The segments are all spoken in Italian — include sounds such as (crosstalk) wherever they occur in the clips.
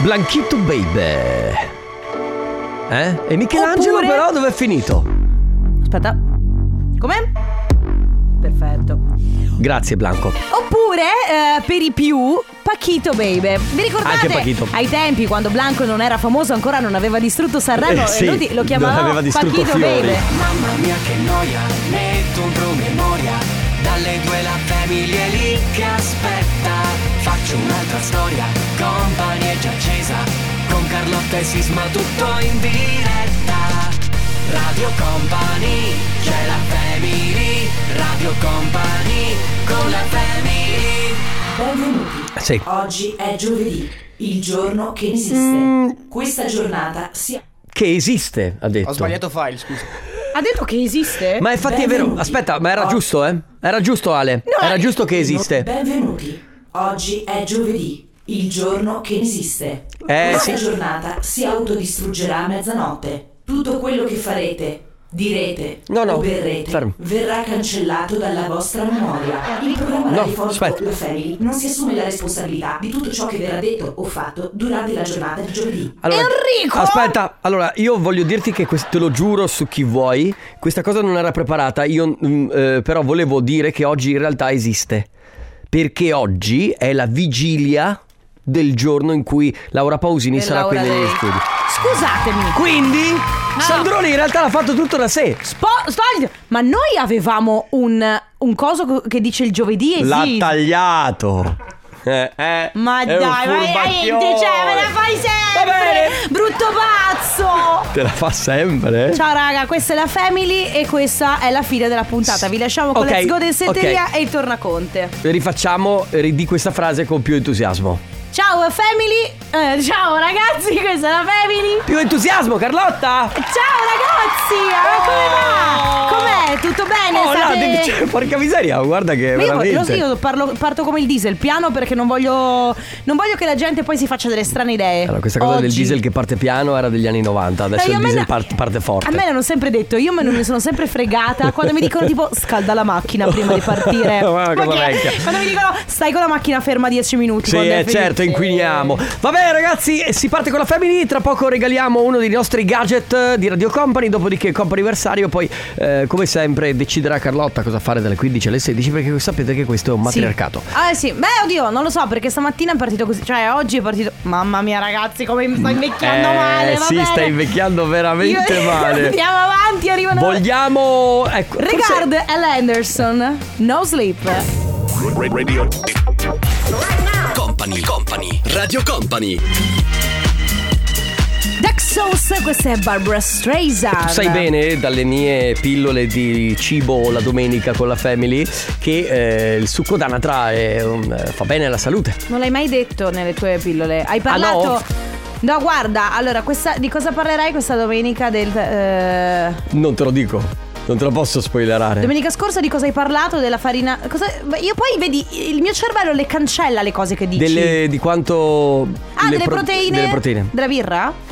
Blanchito Baby. Eh? E Michelangelo Oppure- però dove è finito? Aspetta. Com'è? Perfetto. Grazie Blanco. Oppure, eh, per i più, Pachito Baby. Vi ricordate? Anche Ah, Paquito. Ai tempi, quando Blanco non era famoso ancora, non aveva distrutto Sanremo Eh, sì, e lo, di- lo non chiamavano aveva distrutto Pachito Fiori. Baby. Mamma mia che noia, metto un promemoria Dalle due la famiglia è lì che aspetta Faccio un'altra storia, company è già accesa Con Carlotta e Sisma tutto in diretta Radio Company, c'è la family Radio Company, con la family Benvenuti. Sì. Oggi è giovedì, il giorno che esiste. Mm. Questa giornata si Che esiste, ha detto. Ho sbagliato file, scusa. Ha detto che esiste? Ma infatti è vero. Benvenuti. Aspetta, ma era Oh. giusto, eh? Era giusto Ale. era eh, giusto che esiste. Benvenuti. Oggi è giovedì, il giorno che esiste. Eh, Questa sì. giornata si autodistruggerà a mezzanotte. Tutto quello che farete, direte No, no, o berrete fermo. verrà cancellato dalla vostra memoria. Il programma No, radiofonico aspetta. La Family non si assume la responsabilità di tutto ciò che verrà detto o fatto durante la giornata di giovedì. Enrico! Aspetta, allora io voglio dirti che questo, te lo giuro su chi vuoi, questa cosa non era preparata, io mm, eh, però volevo dire che oggi in realtà esiste. Perché oggi è la vigilia del giorno in cui Laura Pausini E sarà qui Laura negli Dei. studi. Scusatemi. Quindi Sandrone in realtà l'ha fatto tutto da sé. Spo- sto- ma noi avevamo un, un coso co- che dice il giovedì esiste. tagliato. Eh, eh, ma è dai, un ma furbacchione. veramente, cioè, me la fai sempre! Va bene. Brutto pazzo! Te la fa sempre? Ciao raga, questa è la Family e questa è la fine della puntata. Vi lasciamo con Ok, la Let's Go del Setteria ok. e il Tornaconte. Rifacciamo, eh, di questa frase con più entusiasmo. Ciao Family, eh, ciao ragazzi, questa è la Family. Più entusiasmo, Carlotta! Ciao ragazzi, ah, come va? Com'è? Tutto bene? Oh, no, State- devi- cioè, porca miseria, guarda che Ma io, lo so, veramente. io parlo- parto come il diesel, piano perché non voglio, non voglio che la gente poi si faccia delle strane idee. Allora, questa cosa del Oggi. diesel che parte piano era degli anni 90, Dai, adesso a il me diesel la- parte, parte forte. A me l'hanno sempre detto, io me ne sono sempre fregata quando mi dicono tipo scalda la macchina prima di (laughs) partire. Ma cosa Perché vecchia. Quando mi dicono stai con la macchina ferma 10 minuti. Sì, quando è eh, finito." certo, inquiniamo. Vabbè, ragazzi, eh, si parte con la Family. Tra poco regaliamo uno dei nostri gadget eh, di Radio Company. Dopodiché, comp'anniversario. Poi, eh, come sempre, deciderà Carlotta cosa fare dalle 15 alle 16. Perché sapete che questo è un Sì. matriarcato. Ah sì, beh oddio, non lo so perché stamattina è partito così, cioè oggi è partito... Mamma mia ragazzi come mi sto invecchiando Eh, male. va sì, bene. stai invecchiando veramente Io- (laughs) male. Andiamo avanti, arrivano... Vogliamo. Ecco, forse- Regard L. Anderson, No Sleep. Company, Company, Radio Company Duck Sauce, questa è Barbara Streisand. Sai bene dalle mie pillole di cibo la domenica con la family che eh, il succo d'anatra è un- eh, fa bene alla salute. Non l'hai mai detto nelle tue pillole. Hai parlato. Ah, no? No, guarda, allora, questa- di cosa parlerai questa domenica del. eh, Non te lo dico, non te lo posso spoilerare. domenica scorsa di cosa hai parlato? Della farina. cosa- beh, io poi vedi, il mio cervello le cancella le cose che dici. Delle, di quanto... ah, le delle pro- proteine? Delle proteine. Della birra?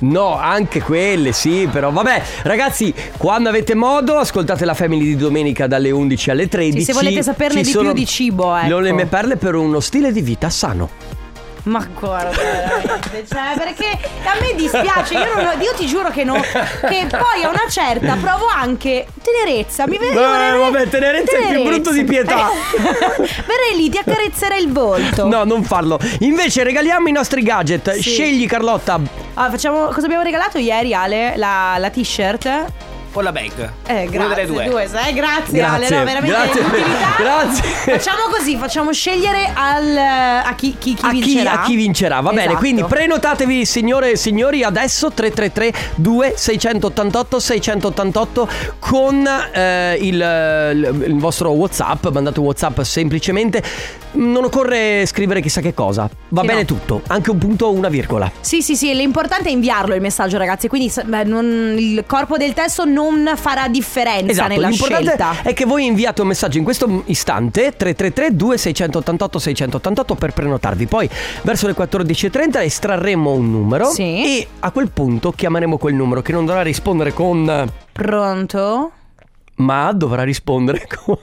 No, anche quelle, sì, però vabbè. Ragazzi, quando avete modo, ascoltate la Family di domenica dalle 11 alle 13. Sì, se volete saperne Ci di più di cibo, ecco. Le mie perle per uno stile di vita sano. Ma guarda, veramente. Cioè, perché a me dispiace, io, non- io ti giuro che no. Che poi a una certa provo anche tenerezza. Mi vedo. Beh, vabbè, tenerezza è più brutto di pietà. (laughs) Verrei lì, ti accarezzerei il volto. No, non farlo. Invece regaliamo i nostri gadget. Sì. Scegli Carlotta. Ah, facciamo. Cosa abbiamo regalato ieri, Ale? La, la t-shirt? O la bag. Eh, grazie. Una delle due. sai? grazie, Ale. Grazie. No, veramente Grazie. l'utilità. Grazie. Facciamo così, facciamo scegliere al, a chi, chi, chi a, chi, vincerà. a chi vincerà? Va bene, Esatto. quindi prenotatevi signore e signori adesso 333 2688 688 con eh, il, eh, il- il vostro Whatsapp, mandate un Whatsapp semplicemente, non occorre scrivere chissà che cosa, va Sì, bene no. tutto, anche un punto o una virgola. Sì, sì, sì, l'importante è inviarlo il messaggio, ragazzi. Quindi se- beh, non- il corpo del testo non farà differenza Esatto, nella l'importante scelta. è che voi inviate un messaggio in questo istante 333 2688 688 per prenotarvi. Poi verso le 14:30 estrarremo un numero Sì. e a quel punto chiameremo quel numero che non dovrà rispondere con Pronto? ma dovrà rispondere (laughs) con...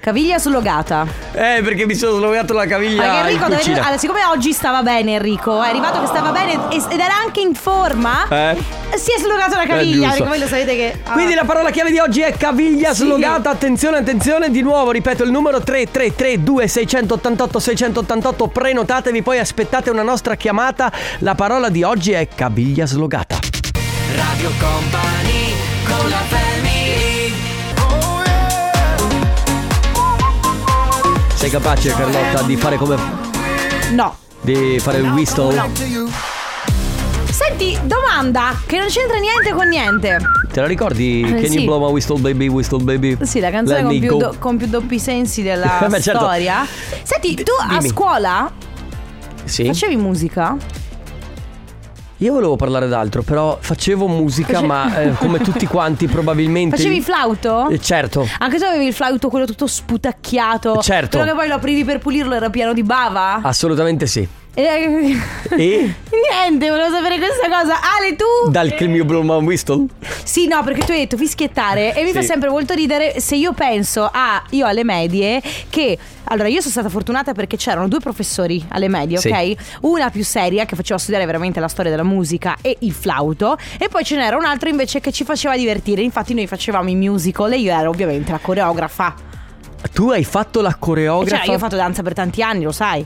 Caviglia sullogata. Eh, perché mi sono slogato la caviglia Perché in Enrico dove- cucina. allora, siccome oggi stava bene Enrico, è arrivato che stava bene e- ed era anche in forma, Eh. si è slogato la Eh, caviglia, giusto. perché voi lo sapete che... ah. Quindi la parola chiave di oggi è caviglia Sì. slogata. Attenzione, attenzione, di nuovo, ripeto il numero 333-2688-688. Prenotatevi, poi aspettate una nostra chiamata. La parola di oggi è caviglia slogata. Radio Company con la family Sei capace, Carlotta, di fare come. No. di fare il whistle? Senti, domanda che non c'entra niente con niente. Te la ricordi? Eh, Can you sì. blow my whistle, baby? Whistle, baby? Sì, la canzone Let con me più, go. do- con più doppi sensi (laughs) della Beh, certo. storia. Senti, tu a dimmi. scuola Sì. facevi musica? Io volevo parlare d'altro, però facevo musica, Face- ma eh, come tutti (laughs) quanti, probabilmente. Facevi flauto? Eh, certo. Anche tu avevi il flauto quello tutto sputacchiato. Certo. Ah. Quello che poi lo aprivi per pulirlo era pieno di bava. Assolutamente sì. Eh, (laughs) E? Niente, volevo sapere questa cosa. Ale, tu? Dal Kill Me Blow My Whistle? Sì, no, perché tu hai detto fischiettare e mi Sì. fa sempre molto ridere se io penso a io alle medie che allora io sono stata fortunata perché c'erano due professori alle medie, Sì. ok? Una più seria che faceva studiare veramente la storia della musica e il flauto e poi ce n'era un altro invece che ci faceva divertire. Infatti noi facevamo i musical e io ero ovviamente la coreografa. Tu hai fatto la E coreografa? cioè, io ho fatto danza per tanti anni, lo sai.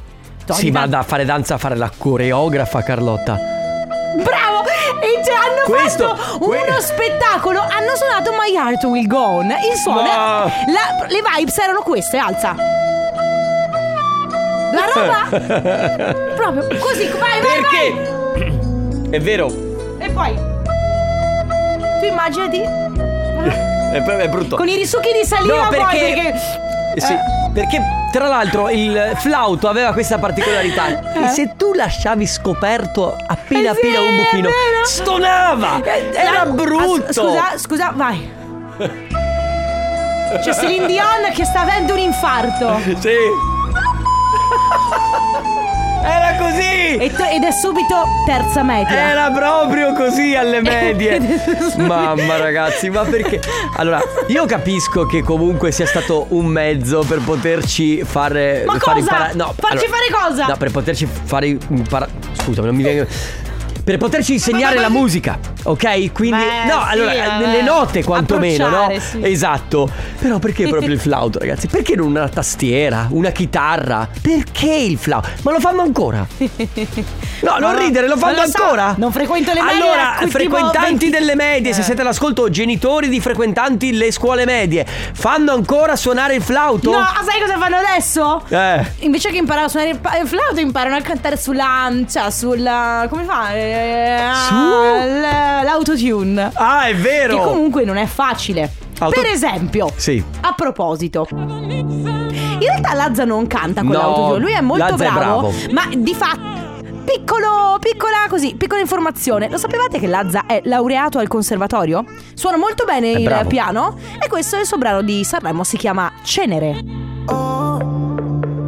Sì, Ogni ma tanto- da fare danza a fare la coreografa, Carlotta. Bravo! E ce hanno Questo- fatto que- uno spettacolo. Hanno suonato My Heart Will Go On. Il suono. Ma- la- le vibes erano queste, alza. La (laughs) roba. proprio così, vai, vai, vai. Perché? È vero. E poi. Tu immaginati È, è brutto. con i risucchi di saliva No, poi perché- perché. Eh Sì, perché tra l'altro il flauto aveva questa particolarità. Che se tu lasciavi scoperto appena Eh sì, appena un è buchino, vero. stonava! Eh, Era la- brutto! as- Scusa, scusa, vai. (laughs) C'è Celine Dion che sta avendo un infarto. Sì. (laughs) Era così! E t- ed è subito terza media. Era proprio così alle (laughs) medie. Mamma ragazzi, ma perché? Allora, io capisco che comunque sia stato un mezzo per poterci fare Ma far cosa? imparare Farci fare cosa? No, per poterci fare imparare Scusami, non mi viene per poterci insegnare ma- la musica, ok? Quindi Beh, no, sì, allora vabbè. le note quantomeno, no? Approcciare, sì. Esatto. Però perché proprio il flauto, ragazzi? Perché non una tastiera, una chitarra? Perché il flauto? Ma lo fanno ancora? No, non no, ridere, lo non fanno lo so. ancora. Non frequento le medie, Allora, da cui tipo frequentanti 20 delle medie, se Eh. siete all'ascolto, genitori di frequentanti le scuole medie, fanno ancora suonare il flauto? No, sai cosa fanno adesso? Eh. Invece che imparare a suonare il, pa- il flauto, imparano a cantare sull'ancia, sulla. come fa? Eh, Su? l- l'autotune. Ah, è vero. Che comunque non è facile. Auto- Per esempio, Sì. a proposito, in realtà Lazza non canta con No, l'autotune, lui è molto Lazza è bravo, bravo. ma di fatto. Piccolo, piccola così, piccola informazione. Lo sapevate che Lazza è laureato al conservatorio? Suona molto bene il bravo. piano e questo è il suo brano di Sanremo, si chiama Cenere.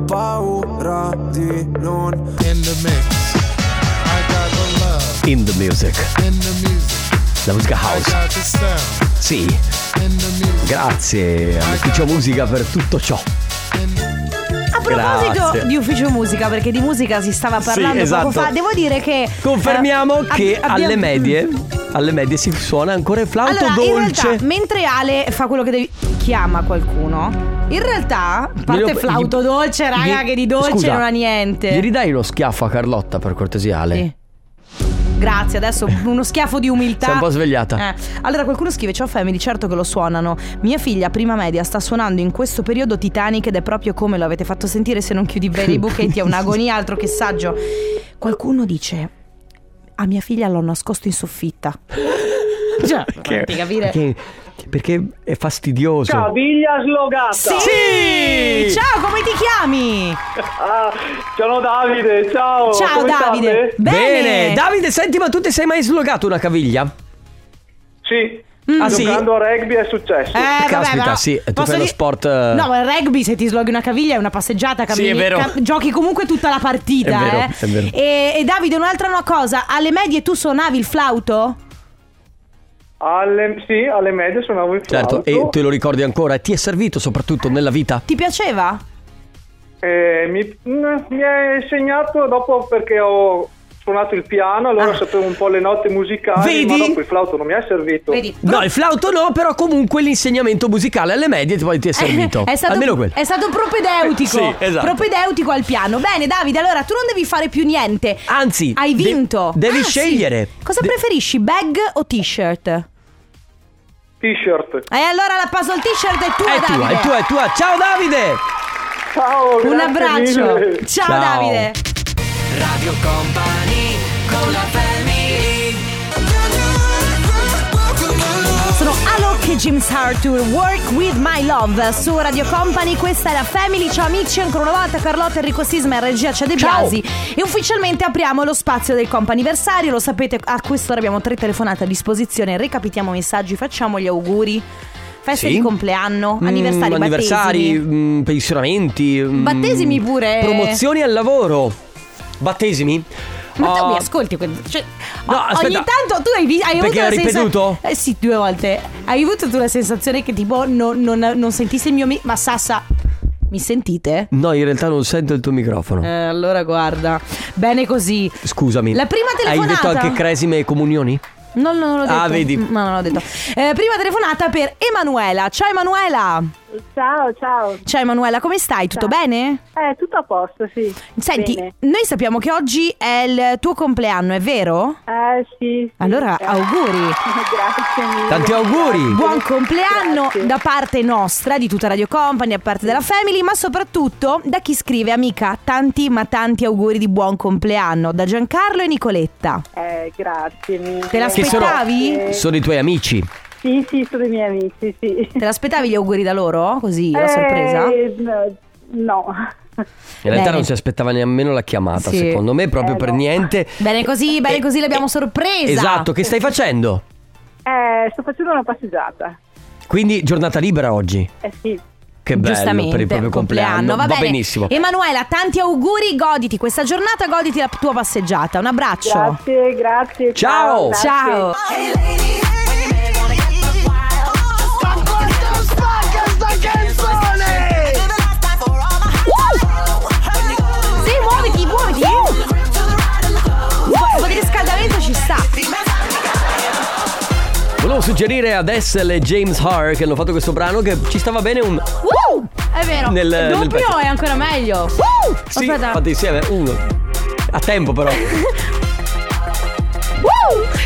paura di non In the mix I got the love In the music, in the music la musica I house. got the sound Sì, in the music grazie all'ufficio musica per tutto ciò. A proposito Grazie. di ufficio musica, perché di musica si stava parlando esatto. poco fa, devo dire che. Confermiamo eh, ab- che abbiamo- alle medie, alle medie si suona ancora il flauto Allora, in dolce. realtà, mentre Ale fa quello che devi. chiama qualcuno. In realtà, a parte Glielo- flauto gli- dolce, raga, gli- che di dolce Scusa, non ha niente. Gli ridai uno schiaffo a Carlotta per cortesia, Ale. Sì. Grazie, adesso uno schiaffo di umiltà. Sei un po' svegliata. Eh, Allora, qualcuno scrive: Ciao family, certo che lo suonano. Mia figlia, prima media, sta suonando in questo periodo Titanic ed è proprio come lo avete fatto sentire. Se non chiudi bene i buchetti, è un'agonia, altro che saggio. Qualcuno dice: A mia figlia l'ho nascosto in soffitta. Cioè, fatti capire. Perché, perché è fastidioso. Caviglia slogata. Sì! Sì! Ciao, come ti chiami? Ah, sono Davide, ciao. Ciao come Davide. state? Bene. Davide, senti, ma tu ti sei mai slogato una caviglia? Mm. Sì. Ah, sì? Giocando a rugby è successo. Eh, Caspita, però sì, tu posso fai lo dire- sport, eh. No, ma il rugby se ti sloghi una caviglia è una passeggiata, cammini, Sì, è vero. cam- giochi comunque tutta la partita, È vero, eh. è vero. E, e Davide, un'altra no- cosa, alle medie tu suonavi il flauto? Alle, sì, alle medie suonavo il Certo, flauto. e te lo ricordi ancora? Ti è servito soprattutto nella vita? Ti piaceva? Eh, mi, mm, mi ha insegnato dopo perché ho suonato il piano, Ah. allora sapevo un po' le note musicali, ma Vedi? dopo il flauto non mi è servito. Vedi? No, il flauto no, però comunque l'insegnamento musicale alle medie poi ti è servito. Eh, (laughs) È stato, Almeno quello. è stato propedeutico. Sì, esatto. Propedeutico al piano. Bene, Davide, allora tu non devi fare più niente. Anzi, hai de- vinto. devi Ah, sì. scegliere. Cosa De- preferisci, bag o t-shirt? E T-shirt. allora la puzzle t-shirt è tua, È Ah, Davide. tua, è tua, è tua. Ciao Davide! Ciao, Un grazie abbraccio. mille. Ciao, Ciao. Davide. Radio Company con la family Sono Alok e James Arthur, Work With My Love su Radio Company, questa è la Family, ciao amici, ancora una volta Carlotta, Enrico Sisma e regia c'è De Ciao. Biasi e ufficialmente apriamo lo spazio del comp'anniversario, lo sapete a quest'ora abbiamo tre telefonate a disposizione, recapitiamo i messaggi, facciamo gli auguri, feste Sì. di compleanno, Mm, anniversari, anniversari, battesimi. mm, pensionamenti. mm, Battesimi pure. Promozioni al lavoro. Battesimi? Ma tu Ah, mi ascolti, que- cioè, No, o- aspetta. ogni tanto tu hai, vi- hai avuto Perché la ho ripetuto? sensazione... Eh sì, due volte. Hai avuto tu la sensazione che tipo non, non, non sentissi il mio... mi- ma Sassa, mi sentite? No, in realtà non sento il tuo microfono. Eh, allora guarda, bene così. Scusami. La prima Hai detto telefonata. anche cresime e comunioni? Non, non l'ho detto. Ah, vedi. Mm, No, non l'ho detto. Eh, prima telefonata per Emanuela. Ciao Emanuela. Ciao, ciao. Ciao Emanuela, come stai? Tutto Ciao. bene? Eh, tutto a posto, sì. Senti, Bene. noi sappiamo che oggi è il tuo compleanno, è vero? Eh, sì. sì. Allora, Eh, auguri. (laughs) Grazie mille. Tanti auguri! Buon compleanno Grazie. da parte nostra, di tutta Radio Company, a parte della Family, ma soprattutto da chi scrive, amica, tanti ma tanti auguri di buon compleanno da Giancarlo e Nicoletta. Eh, grazie mille. Te Che sono- l'aspettavi? Grazie. Sono i tuoi amici. Sì, sì, sono i miei amici, sì. Te l'aspettavi gli auguri da loro? Così, a Eh, sorpresa? no, No. (laughs) In realtà Bene. non si aspettava nemmeno la chiamata, Sì. secondo me, proprio per niente. Bene così, bene Eh, così, l'abbiamo eh, sorpresa. Esatto, che stai facendo? Eh, sto facendo una passeggiata. Quindi giornata libera oggi. Eh, sì. Che bello Giustamente, per il proprio compleanno. va, bene. benissimo. Emanuela, tanti auguri, goditi questa giornata, goditi la tua passeggiata. Un abbraccio. Grazie, grazie. Ciao. grazie. Ciao. Sì, muoviti, muoviti. Uh, Un po' di riscaldamento ci sta. Volevo suggerire ad Essel e James Hart che hanno fatto questo brano che ci stava bene un Woo! Uh, È vero. Nel- nel Doppio pezzo. è ancora meglio. Sì, Aspetta. fate insieme, uno. A tempo però. Woo!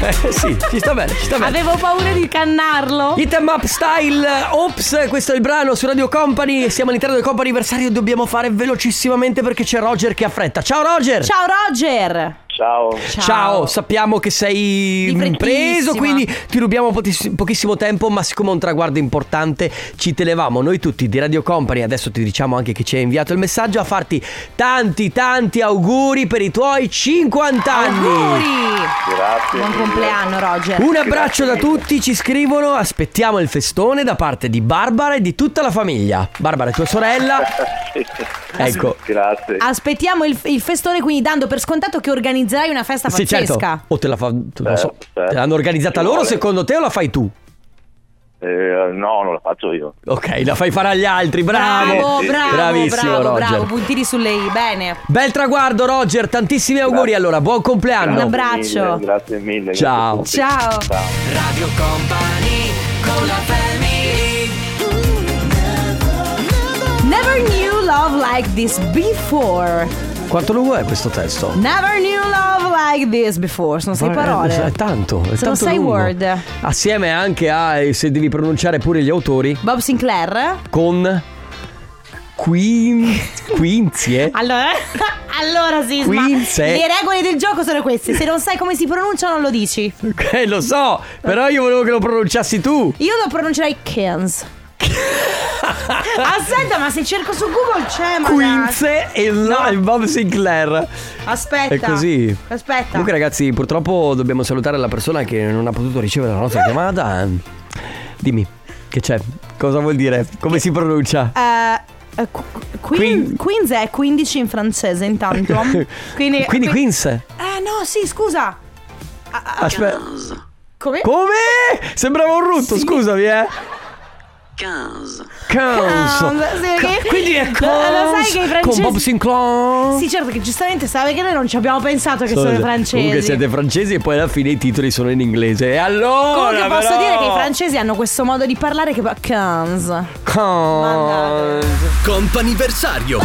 Eh, sì, ci sta bene, ci sta bene. Avevo paura di cannarlo. Hit 'em up style, ops, questo è il brano su Radio Company, siamo all'interno del compo anniversario e dobbiamo fare velocissimamente perché c'è Roger che ha fretta. Ciao Roger! Ciao Roger. Ciao. Ciao, sappiamo che sei Di mm, preso, frettissima. quindi ti rubiamo potiss- pochissimo tempo, ma siccome è un traguardo importante ci tenevamo noi tutti di Radio Company, adesso ti diciamo anche chi ci ha inviato il messaggio, a farti tanti tanti auguri per i tuoi 50 anni. Auguri. Grazie. Buon compleanno Roger. Un abbraccio da tutti, ci scrivono, aspettiamo il festone da parte di Barbara e di tutta la famiglia. Barbara è tua sorella. Ecco. Grazie. Aspettiamo il, il festone, quindi dando per scontato che organizzerai una festa Sì, certo. pazzesca. O te la fa, non so, certo. te l'hanno organizzata Ci loro vuole. secondo te o la fai tu? Eh, no, non la faccio io. Ok, la fai fare agli altri, bravo. Bravo, Sì, sì. bravo, Bravissimo bravo, Roger. bravo, puntini sulle i, bene. Bel traguardo Roger, tantissimi auguri Grazie. allora, buon compleanno. Un abbraccio. Mille, grazie mille. grazie Ciao. a tutti. Ciao. Ciao. Radio Company con la family Never knew love like this before. Quanto lungo è questo testo? Never knew love like this before. Sono sei Ma eh, è- parole. È tanto, è Sono tanto sei lungo. word. Assieme anche a, e se devi pronunciare pure gli autori, Bob Sinclair. con (laughs) Quin... Quinzie. Allora, (laughs) allora Sisma, Quinze. le regole del gioco sono queste. Se non sai come si pronuncia, non lo dici. Ok, Eh, lo so, però io volevo che lo pronunciassi tu. Io lo pronuncerei Kins. Aspetta, ma se cerco su Google c'è, ma Quinze e il, il Bob Sinclair. Aspetta. È così. Aspetta. Comunque, ragazzi, purtroppo dobbiamo salutare la persona che non ha potuto ricevere la Ah! nostra chiamata. Dimmi, che c'è? Cosa vuol dire? Come si pronuncia? Eh, eh, qu- Queen- Queen- Queens è 15 in francese (laughs) intanto. Quindi, Quindi Quinze. Eh no, sì, scusa. Aspetta. Come? Come? Sembrava un rutto, scusami, eh. Cons. Cons, sì, Ca- Ah, che- Quindi è Lo- cons. lo sai che i francesi- Con Bob Sinclair. Sì, certo che giustamente sa che noi non ci abbiamo pensato che sono, i francesi. Comunque siete francesi e poi alla fine i titoli sono in inglese. E allora. Comunque posso però- dire che i francesi hanno questo modo di parlare che va cans. Cons. Companiversario.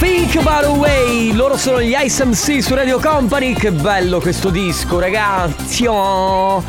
Think About a Way, loro sono gli Ice MC su Radio Company, che bello questo disco ragazzi Oh.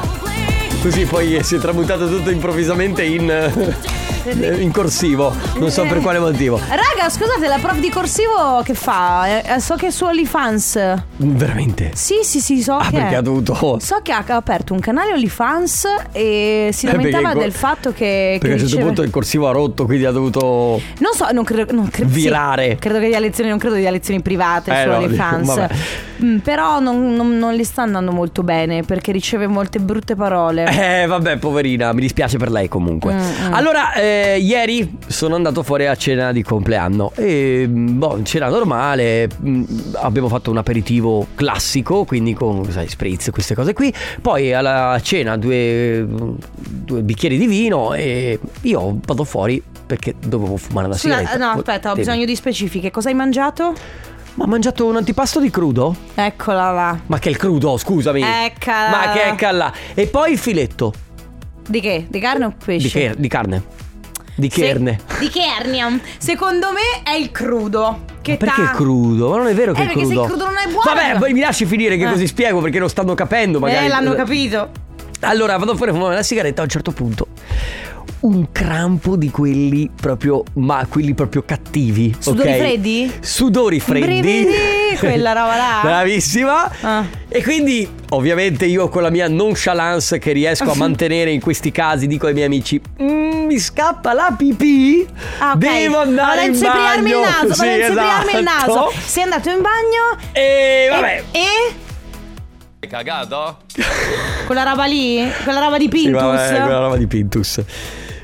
Così poi si è tramutato tutto improvvisamente in, eh, in corsivo, non so per quale motivo Raga, scusate, la prof di corsivo che fa? Eh, eh, So che su OnlyFans. Veramente? Sì, sì, sì, so Ah che. perché ha dovuto... So che ha ha aperto un canale OnlyFans e si Eh, (laughs) perché lamentava in co- del fatto che. che Perché a un certo riceve- punto il corsivo ha rotto, quindi ha dovuto... Non so, non credo. Non credo sì. Virare. credo che dia lezioni, non credo che dia lezioni private Eh, su no, OnlyFans. vabbè. Mm, però non, non- non le sta andando molto bene perché riceve molte brutte parole. Eh vabbè poverina, mi dispiace per lei comunque. Mm, Allora, eh, ieri sono andato fuori a cena di compleanno e mh, boh, cena normale, mh, abbiamo fatto un aperitivo classico, quindi con sai, spritz, queste cose qui. Poi alla cena due, due bicchieri di vino e io vado fuori perché dovevo fumare una Scusa, sigaretta. no, aspetta, ho Dimmi. bisogno di specifiche. Cosa hai mangiato? Ma ho mangiato un antipasto di crudo? Eccola là. Ma che è il crudo, scusami. Eccola. Ma che è là. E poi il filetto Di che? Di carne o pesce? di, che- di carne. Di Se- cherne. di Kerniam. Secondo me è il crudo. Che Ma perché ta- è crudo? Ma non è vero che Eh, è perché crudo. se il crudo non è buono- Vabbè, poi mi lasci finire che Eh. così spiego perché non stanno capendo magari. Eh, l'hanno capito. Allora, vado fuori a fumare una sigaretta a un certo punto. Un crampo di quelli proprio, ma quelli proprio cattivi. Sudori ok? freddi? Sudori freddi. (laughs) Brividi, quella roba là. Bravissima. Ah. E quindi, ovviamente, io con la mia nonchalance che (laughs) riesco a mantenere in questi casi, dico ai miei amici: "Mm, mi scappa la pipì. Ah, ok. Devo andare Vado a in bagno. insepriarmi il (laughs) naso. Sì, vado a insepriarmi il esatto. naso. Sei andato in bagno. E vabbè. E. cagato? Quella roba lì? Quella roba di Sì, Pintus? vabbè, quella roba di Pintus.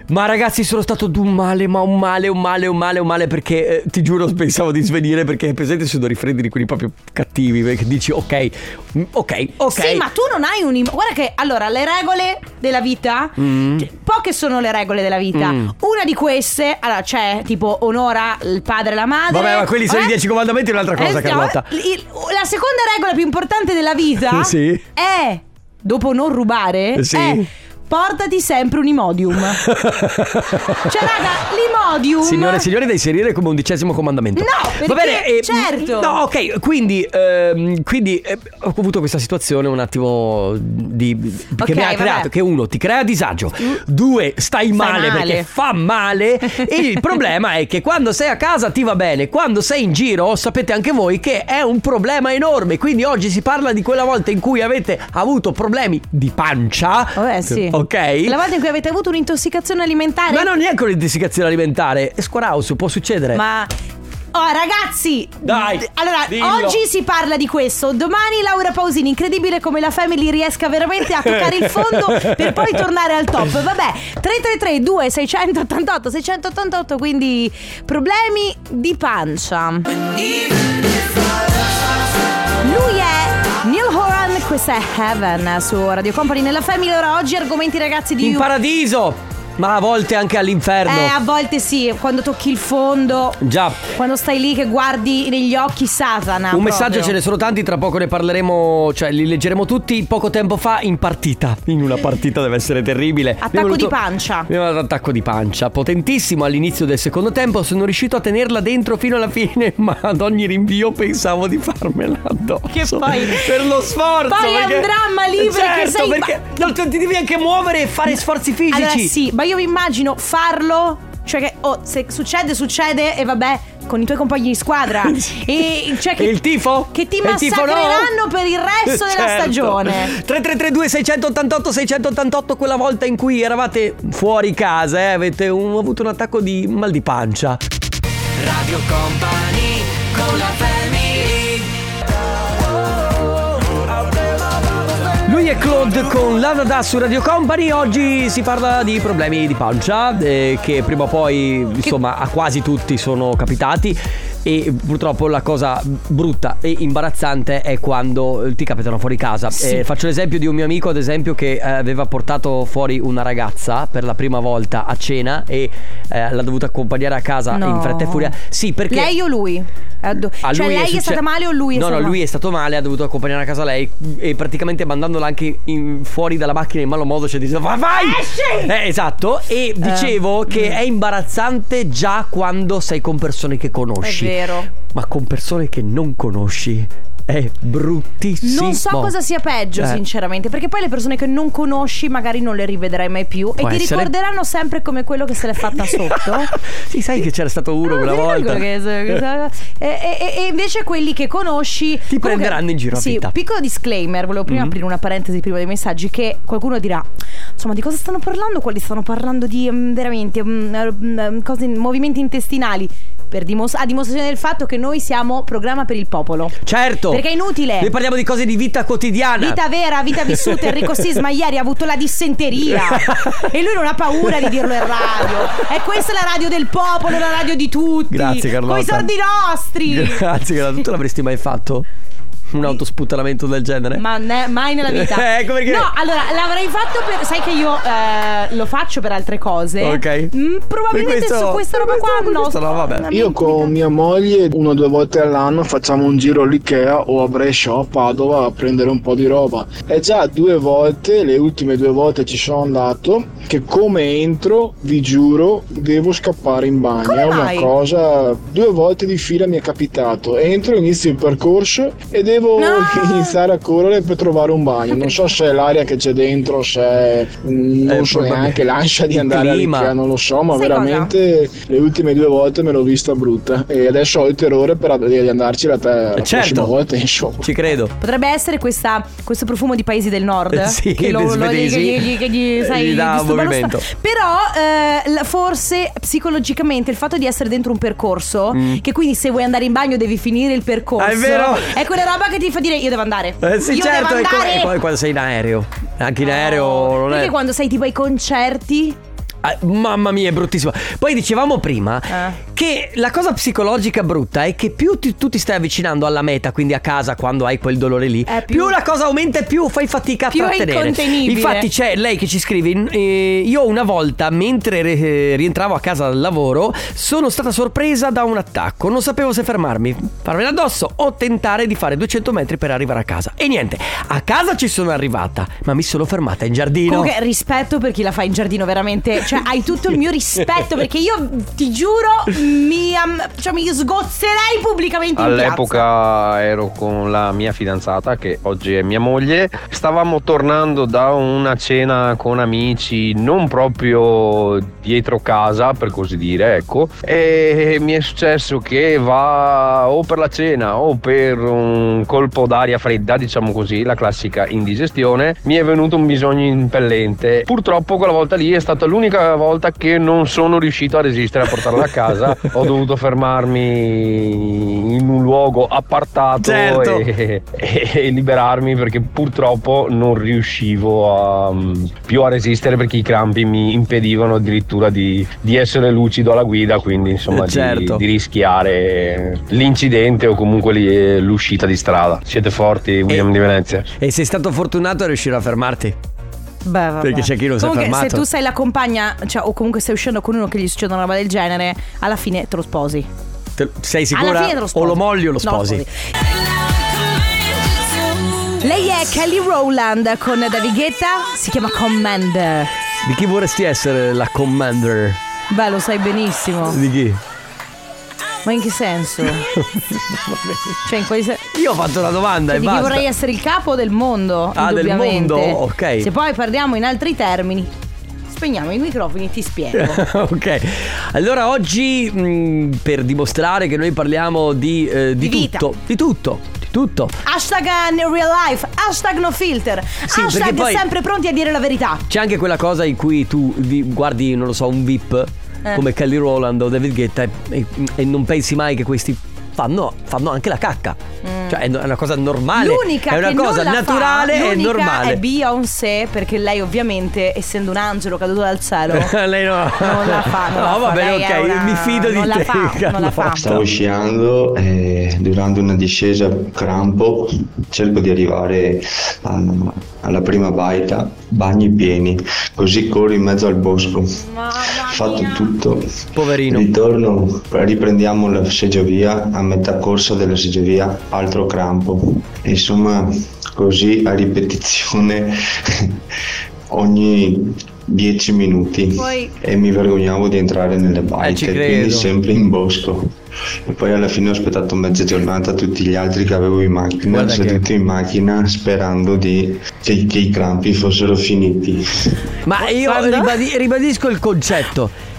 Ma ragazzi, sono stato d'un male, ma un male, un male, un male, un male perché eh, ti giuro pensavo di svenire perché presente sudori freddi di quelli proprio cattivi perché dici ok, mm, ok, ok. Sì, (laughs) ma tu non hai un. im- Guarda che allora le regole della vita. Mm. cioè, poche sono le regole della vita. Una di queste, allora c'è tipo onora il padre e la madre. Vabbè, ma quelli sono i Eh? dieci comandamenti è un'altra cosa, Eh, Carlotta. no, il- la seconda regola più importante della vita (laughs) Sì. è dopo non rubare. Sì. È portati sempre un (laughs) imodium. cioè, raga, l'imodium. Signore e signori, da inserire come undicesimo comandamento. eh, No, perché- certo. No, ok, quindi, ehm, quindi eh, ho avuto questa situazione un attimo di, che Ok, mi ha vabbè. Mm. creato, che uno ti crea disagio, due stai, male, male. perché fa (laughs) male e il problema è che quando sei a casa ti va bene, quando sei in giro sapete anche voi che è un problema enorme, quindi oggi si parla di quella volta in cui avete avuto problemi di pancia. Vabbè, Oh, eh, sì. Ok. La volta in cui avete avuto un'intossicazione alimentare. Ma non neanche un'intossicazione alimentare, è scoraus, può succedere. Ma. Oh ragazzi, Eh. Dai, d- allora dillo. oggi si parla di questo, domani Laura Pausini, incredibile come la Family riesca veramente a toccare il (laughs) fondo per poi tornare al top. Vabbè, 333 2688 688, quindi problemi di pancia. Lui è Neil Horan, questa è Heaven su Radio Company nella Family. Ora oggi argomenti ragazzi di in paradiso, ma a volte anche all'inferno. Eh, a volte sì, quando tocchi il fondo. Già. Quando stai lì che guardi negli occhi Satana. Un messaggio ce ne sono tanti, tra poco ne parleremo, cioè li leggeremo tutti poco tempo fa in partita. In una partita deve essere terribile. Attacco Abbiamo di pancia. Abbiamo un attacco di pancia, potentissimo all'inizio del secondo tempo, sono riuscito a tenerla dentro fino alla fine, (laughs) ma ad ogni rinvio pensavo di farmela addosso. Che poi- per lo sforzo Poi è un perché- dramma lì, perché certo, sei- perché non ti ti devi anche muovere e fare sforzi fisici. Allora sì, ma io mi immagino farlo. Cioè che oh, se succede, succede e vabbè, con i tuoi compagni di squadra. (laughs) e cioè che, E il tifo? Che ti E il tifo no? massacreranno per il resto della Certo. stagione. 3332 688 688 quella volta in cui eravate fuori casa eh, avete un- avuto un attacco di mal di pancia. Radio Company con la family Lui è Claude con Lana Da su Radio Company, oggi si parla di problemi di pancia eh, che prima o poi insomma a quasi tutti sono capitati. E purtroppo la cosa brutta e imbarazzante è quando eh, ti capitano fuori casa. Sì. Eh, faccio l'esempio di un mio amico, ad esempio, che eh, aveva portato fuori una ragazza per la prima volta a cena e eh, l'ha dovuta accompagnare a casa No. Ah, in fretta e furia. Sì, perché. Lei o lui? Eh, do- A Cioè, lui lei è, succe- stata male o lui è no, stato No, male? lui è stato male, ha dovuto accompagnare a casa lei e praticamente mandandola anche in- fuori dalla macchina in malo modo ci ha detto "Va- vai! Esci!" Eh, esatto, e dicevo che è imbarazzante già quando sei con persone che conosci. È vero. Ma con persone che non conosci è bruttissimo. Non so cosa sia peggio, Eh. sinceramente, perché poi le persone che non conosci magari non le rivedrai mai più Può e ti essere. ricorderanno sempre come quello che se l'è (laughs) fatta sotto. Sì, sai che c'era stato uno quella Ah, Ti volta. ricordo che- (laughs) e, e- e invece quelli che conosci ti prenderanno in giro a Sì, vita. Mm-hmm. piccolo disclaimer, volevo prima aprire una parentesi prima dei messaggi che qualcuno dirà Insomma, di cosa stanno parlando? Quelli stanno parlando di mm, veramente mm, eh, mm, cose- movimenti intestinali per dimos- a dimostrazione del fatto che noi siamo programma per il popolo. Certo. Perché è inutile. Noi parliamo di cose di vita quotidiana. Vita vera, vita vissuta. Enrico Sisma ieri ha avuto (laughs) la dissenteria e lui non ha paura di dirlo in radio. È questa la radio del popolo, la radio di tutti. Grazie Carlotta. Con i soldi (laughs) nostri. Grazie Carlotta. Tu l'avresti mai fatto? Un autosputtamento del genere? Ma ne- mai nella (laughs) vita. Ecco perché- No, allora l'avrei fatto per. Sai che io eh, lo faccio per altre cose. Ok. Mm, probabilmente Per questo- su questa roba qua no. no, vabbè. Io con mia moglie una o due volte all'anno facciamo un giro all'Ikea o a Brescia o a Padova a prendere un po' di roba. E già due volte, le ultime due volte ci sono andato, che come entro, vi giuro, devo scappare in bagno. Come è una mai? cosa, due volte di fila mi è capitato. Entro, inizio il percorso e devo iniziare a correre per trovare un bagno. Non so se è l'aria che c'è dentro, se è- non so Eh, probabil- neanche l'ansia di il andare clima. all'Ikea, non lo so, ma Sai veramente le ultime due volte me l'ho vista brutta e adesso ho il terrore per ad- di andarci la, te- la Certo. prossima volta, insomma. Ci credo. Potrebbe essere questa, questo profumo di paesi del nord Eh, Sì, (laughs) che lo, dei lo- che svedesi. gli, che gli- sai, Gli dà un disturba lo movimento. sta- Però eh, la- forse psicologicamente il fatto di essere dentro un percorso, Mm. che quindi se vuoi andare in bagno devi finire il percorso, Ah, è vero. è quella roba che ti fa dire io devo andare. Eh, sì, io certo, devo è come- andare. e poi quando sei in aereo. Anche in aereo non Perché è. quando sei tipo ai concerti Ah, mamma mia, è bruttissimo. Poi dicevamo prima Eh. che la cosa psicologica brutta è che più ti- tu ti stai avvicinando alla meta, quindi a casa quando hai quel dolore lì, Eh, più- più... la cosa aumenta e più fai fatica a Più è trattenere. incontenibile. Infatti, c'è lei che ci scrive: in- eh, Io una volta, mentre re- eh, rientravo a casa dal lavoro, sono stata sorpresa da un attacco. Non sapevo se fermarmi, farmela addosso o tentare di fare 200 metri per arrivare a casa. E niente, a casa ci sono arrivata, ma mi sono fermata in giardino. Comunque rispetto per chi la fa in giardino veramente Cioè hai tutto il mio rispetto Perché io ti giuro Mi, am- cioè, mi sgozzerei pubblicamente in piazza. All'epoca Ecco, ero con la mia fidanzata, che oggi è mia moglie. Stavamo tornando da una cena con amici, non proprio dietro casa, per così dire, ecco. E mi è successo che va o per la cena o per un colpo d'aria fredda, diciamo così, la classica indigestione, mi è venuto un bisogno impellente. Purtroppo quella volta lì è stata l'unica volta che non sono riuscito a resistere a portarla a casa. (laughs) Ho dovuto fermarmi in un luogo appartato (laughs) Certo. e, e- e liberarmi perché purtroppo non riuscivo a, mm, più a resistere perché i crampi mi impedivano addirittura di, di essere lucido alla guida, quindi insomma Eh, di- certo. di rischiare eh, l'incidente o comunque lì- eh, l'uscita di strada. Siete forti, William di Venezia. E sei stato fortunato a riuscire a fermarti. Beh, vabbè. Perché c'è chi non si è Comunque, se fermato. tu sei la compagna, cioè, o comunque stai uscendo con uno che gli succede una roba del genere, alla fine te lo sposi. Te- sei Alla sicura? fine te lo sposi. o lo molli o lo No, sposi? Lei è Kelly Rowland con David Guetta, si chiama Commander. Di chi vorresti essere la commander? Beh, lo sai benissimo. Di chi? Ma in che senso? (laughs) cioè, in quali se- Io ho fatto la domanda Cioè, e di chi basta. (laughs) vorrei essere il capo del mondo? Ah, del indubbiamente. mondo? Ok. Se poi parliamo in altri termini, spegniamo i microfoni, ti spiego. (laughs) ok, allora oggi mh, per dimostrare che noi parliamo di, eh, di Di vita. tutto, di tutto, di tutto. Hashtag in real life, hashtag no filter, Sì, perché hashtag poi- sempre pronti a dire la verità. C'è anche quella cosa in cui tu vi- guardi, non lo so, un VIP Eh. come Kelly Rowland o David Guetta e, e- e non pensi mai che questi fanno, fanno anche la cacca. Mm. Cioè è no- è una cosa normale. L'unica è una che cosa non la fa, naturale e l'unica normale. è Beyoncé perché lei ovviamente essendo un angelo caduto dal cielo (laughs) lei no. non la fa. Non No, la fa. va bene, Lei è ok, una- mi fido di non te, (laughs) La fa, non la fa. Stavo sciando e durante una discesa crampo, cerco di arrivare a- alla prima baita, bagni pieni, così corro in mezzo al bosco. Fatto tutto. Poverino. Ritorno, riprendiamo la seggiovia, a metà corso della seggiovia, altro crampo. Insomma, così a ripetizione ogni 10 minuti Poi- e mi vergognavo di entrare nelle baite, quindi eh, credo. sempre in bosco. E poi alla fine ho aspettato mezza giornata tutti gli altri che avevo in macchina, Guarda che- seduti in macchina sperando di- che, che i crampi fossero finiti. Oh, Ma io ribadi- ribadisco il concetto.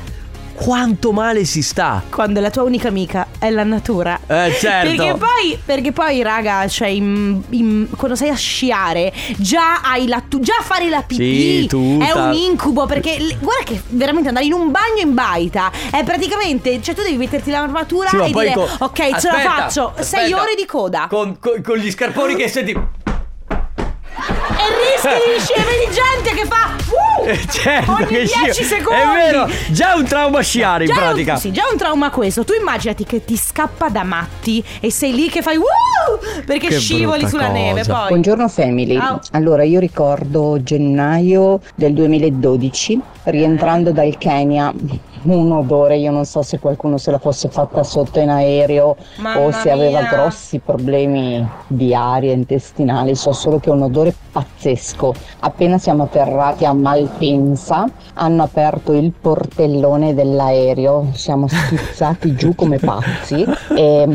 Quanto male si sta? Quando la tua unica amica è la natura. Eh, certo. Perché poi, perché poi, raga, cioè, in- in- quando sei a sciare, già hai la tu- già fare la pipì Sì, tutta. è un incubo. Perché l- guarda che veramente andare in un bagno in baita è praticamente. Cioè, tu devi metterti l'armatura Sì, ma e poi dire: co- Ok, ce la Aspetta, faccio. Sei aspetta. ore di coda. Con, con- con gli scarponi che senti. E rischi (laughs) di scemi di gente che fa. "Uh!" Eh, Certo, Ogni che 10 sci- secondi. È vero, già un trauma sciare in Già è un- pratica. sì, già è un trauma questo. Tu immaginati che ti scappa da matti e sei lì che fai "Woo!" perché Che scivoli brutta sulla neve cosa. poi. Buongiorno family. Ciao. Allora, io ricordo gennaio del 2012, Eh. rientrando dal Kenya, un odore, io non so se qualcuno se la fosse fatta sotto in aereo o Mamma se aveva mia. grossi problemi di aria intestinale, so solo che è un odore pazzesco. Appena siamo atterrati a Malpensa, hanno aperto il portellone dell'aereo, siamo schizzati giù come pazzi e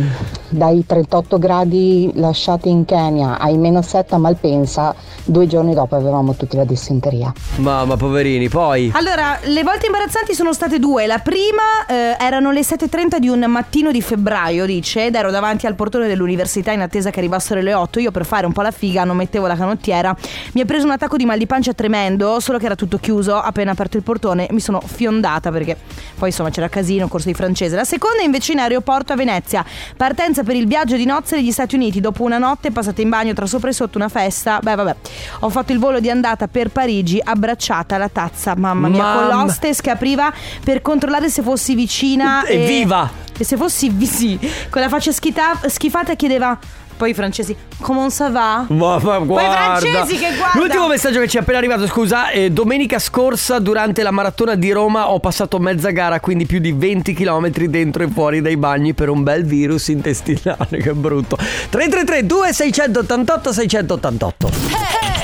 dai 38 gradi lasciati in Kenya ai meno 7 a Malpensa, due giorni dopo avevamo tutti la dissenteria. (laughs) Mamma, poverini, poi. Allora, le volte imbarazzanti sono state due. La prima eh, erano le 7.30 di un mattino di febbraio, dice, ed ero davanti al portone dell'università in attesa che arrivassero le 8. Io per fare un po' la figa non mettevo la canottiera. Mi ha preso un attacco di mal di pancia tremendo, solo che era tutto chiuso. Appena aperto il portone mi sono fiondata perché poi insomma c'era casino, corso di francese. La seconda invece in aeroporto a Venezia. Partenza per il viaggio di nozze negli Stati Uniti. Dopo una notte passata in bagno tra sopra e sotto una festa. Beh vabbè, ho fatto il volo di andata per Parigi abbracciata alla tazza. Mamma mia, Mamma. con l'hostess che apriva per controllare se fossi vicina. E viva! E se fossi vi- sì, con la faccia schita- schifata chiedeva... Poi i francesi, come ça va? Boh, Ma, ma guarda. francesi che guarda. L'ultimo messaggio che ci è appena arrivato, scusa, eh, domenica scorsa durante la maratona di Roma ho passato mezza gara, quindi più di 20 km dentro e fuori dai bagni per un bel virus intestinale, che brutto. 333 2688 688.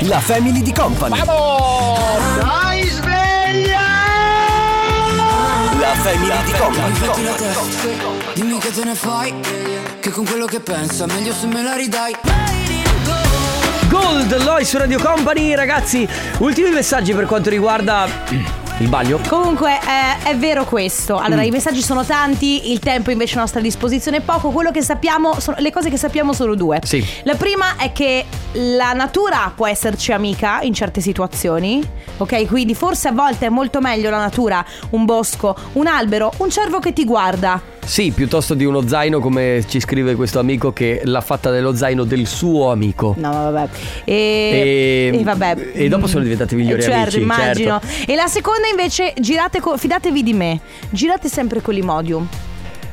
La Family di Company. Dai sveglia La famiglia Rifletti di la Company. testa, dimmi che te ne fai, che con quello che pensa meglio se me la ridai. Gold, Loi su Radio Company, ragazzi, ultimi messaggi per quanto riguarda il bagno. Comunque eh, è vero questo. Mm. Allora, i messaggi sono tanti, il tempo invece a nostra disposizione è poco. Quello che sappiamo, sono- le cose che sappiamo sono due. Sì. La prima è che la natura può esserci amica in certe situazioni, ok? Quindi forse a volte è molto meglio la natura, un bosco, un albero, un cervo che ti guarda. Sì, piuttosto di uno zaino come ci scrive questo amico che l'ha fatta dello zaino del suo amico. No, ma vabbè. E, e vabbè. Ehm, e dopo sono diventati migliori certo, amici, immagino. certo. E la seconda invece, girate co- fidatevi di me, girate sempre con l'imodium.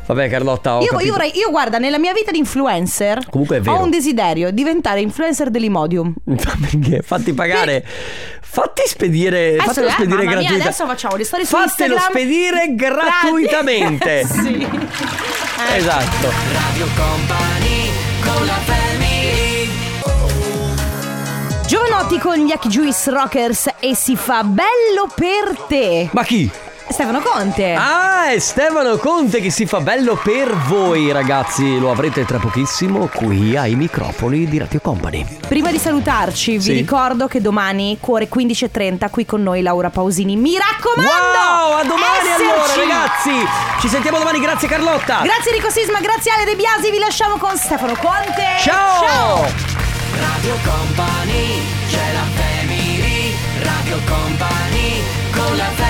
Vabbè Carlotta, ho Io, capito. (laughs) io vorrei- io, guarda, nella mia vita di influencer Comunque è vero. ho un desiderio, diventare influencer dell'Imodium. Perché? Fatti pagare. Fatti spedire, Adesso, fatelo eh, spedire mamma mia, gratuita- adesso facciamo le storie su Fatelo Instagram. spedire (laughs) gratuitamente. sì. Eh. Esatto. Radio Company con la family Giovanotti con gli Aki Juice Rockers e si fa bello per te. Ma chi? Stefano Conte. Ah, è Stefano Conte che si fa bello per voi, ragazzi. Lo avrete tra pochissimo qui ai microfoni di Radio Company. Prima di salutarci, vi Sì. ricordo che domani, cuore 15.30, qui con noi Laura Pausini. Mi raccomando! Wow, a domani esserci! allora, ragazzi. Ci sentiamo domani, grazie Carlotta. Grazie Rico Sisma, grazie Ale De Biasi, vi lasciamo con Stefano Conte. Ciao! Radio Company c'è la family Radio Company con la family